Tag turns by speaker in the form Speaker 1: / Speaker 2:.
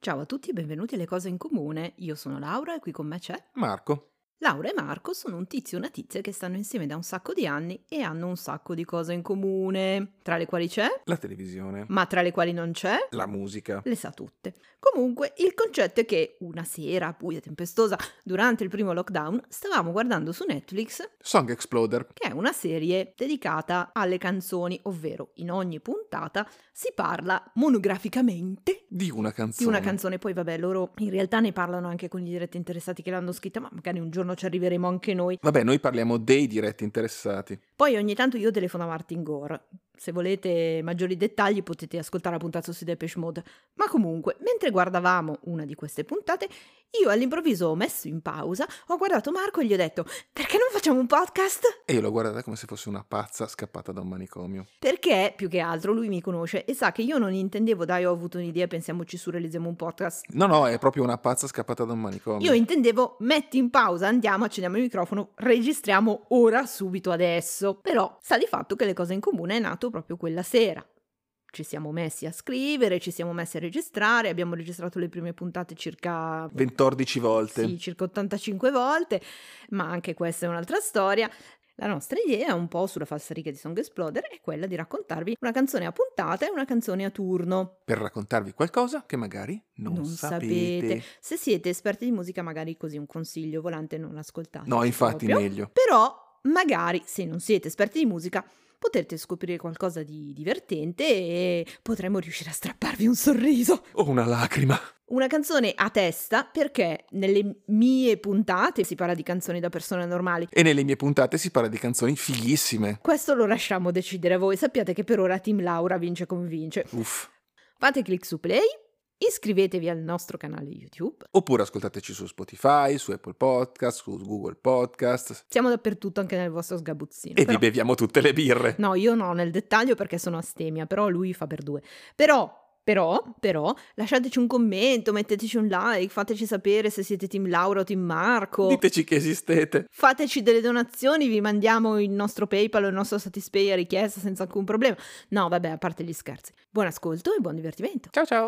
Speaker 1: Ciao a tutti e benvenuti alle Cose in Comune. Io sono Laura e qui con me c'è.
Speaker 2: Marco,
Speaker 1: Laura e Marco sono un tizio e una tizia che stanno insieme da un sacco di anni e hanno un sacco di cose in comune, tra le quali c'è,
Speaker 2: la televisione,
Speaker 1: ma tra le quali non c'è,
Speaker 2: la musica.
Speaker 1: le sa tutte. Comunque, il concetto è che una sera buia e tempestosa, durante il primo lockdown, stavamo guardando su Netflix
Speaker 2: Song Exploder.
Speaker 1: che è una serie dedicata alle canzoni, ovvero in ogni puntata si parla monograficamente
Speaker 2: Di una canzone.
Speaker 1: di una canzone. Poi vabbè, loro in realtà ne parlano anche con i diretti interessati che l'hanno scritta, ma magari un giorno ci arriveremo anche noi.
Speaker 2: Vabbè, noi parliamo dei diretti interessati.
Speaker 1: Poi ogni tanto io telefono a Martin Gore. Se volete maggiori dettagli potete ascoltare la puntata su Depeche Mode. Ma comunque, mentre guardavamo una di queste puntate, io all'improvviso ho messo in pausa, ho guardato Marco e gli ho detto «Perché non facciamo un podcast?»
Speaker 2: E io l'ho guardata come se fosse una pazza scappata da un manicomio.
Speaker 1: Perché più che altro lui mi conosce e sa che io non intendevo, dai, ho avuto un'idea, pensiamoci su, realizziamo un podcast.
Speaker 2: No, no, è proprio una pazza scappata da un manicomio.
Speaker 1: Io intendevo, metti in pausa, andiamo, accendiamo il microfono, registriamo ora, subito, adesso. Però sta di fatto che le cose in comune è nato proprio quella sera. Ci siamo messi a scrivere, ci siamo messi a registrare, abbiamo registrato le prime puntate circa
Speaker 2: 14 volte.
Speaker 1: sì, circa 85 volte, ma anche questa è un'altra storia. La nostra idea, un po' sulla falsariga di Song Exploder, è quella di raccontarvi una canzone a puntata e una canzone a turno.
Speaker 2: Per raccontarvi qualcosa che magari non,
Speaker 1: Non sapete. Se siete esperti di musica, magari così un consiglio volante non ascoltate.
Speaker 2: No, infatti,
Speaker 1: Ah, proprio.
Speaker 2: meglio.
Speaker 1: Però, magari, se non siete esperti di musica, potrete scoprire qualcosa di divertente e potremo riuscire a strapparvi un sorriso.
Speaker 2: O una lacrima.
Speaker 1: Una canzone a testa perché nelle mie puntate si parla di canzoni da persone normali.
Speaker 2: E nelle mie puntate si parla di canzoni fighissime.
Speaker 1: Questo lo lasciamo decidere a voi. Sappiate che per ora Team Laura vince e convince.
Speaker 2: Uff.
Speaker 1: Fate clic su play, iscrivetevi al nostro canale YouTube.
Speaker 2: Oppure ascoltateci su Spotify, su Apple Podcast, su Google Podcast.
Speaker 1: Siamo dappertutto anche nel vostro sgabuzzino.
Speaker 2: E
Speaker 1: però-
Speaker 2: vi beviamo tutte le birre.
Speaker 1: No, io no nel dettaglio perché sono astemia, però lui fa per due. Però, però, però, lasciateci un commento, metteteci un like, fateci sapere se siete team Laura o team Marco.
Speaker 2: Diteci che esistete.
Speaker 1: Fateci delle donazioni, vi mandiamo il nostro PayPal o il nostro Satispay a richiesta senza alcun problema. No, vabbè, a parte gli scherzi. Buon ascolto e buon divertimento.
Speaker 2: Ciao ciao.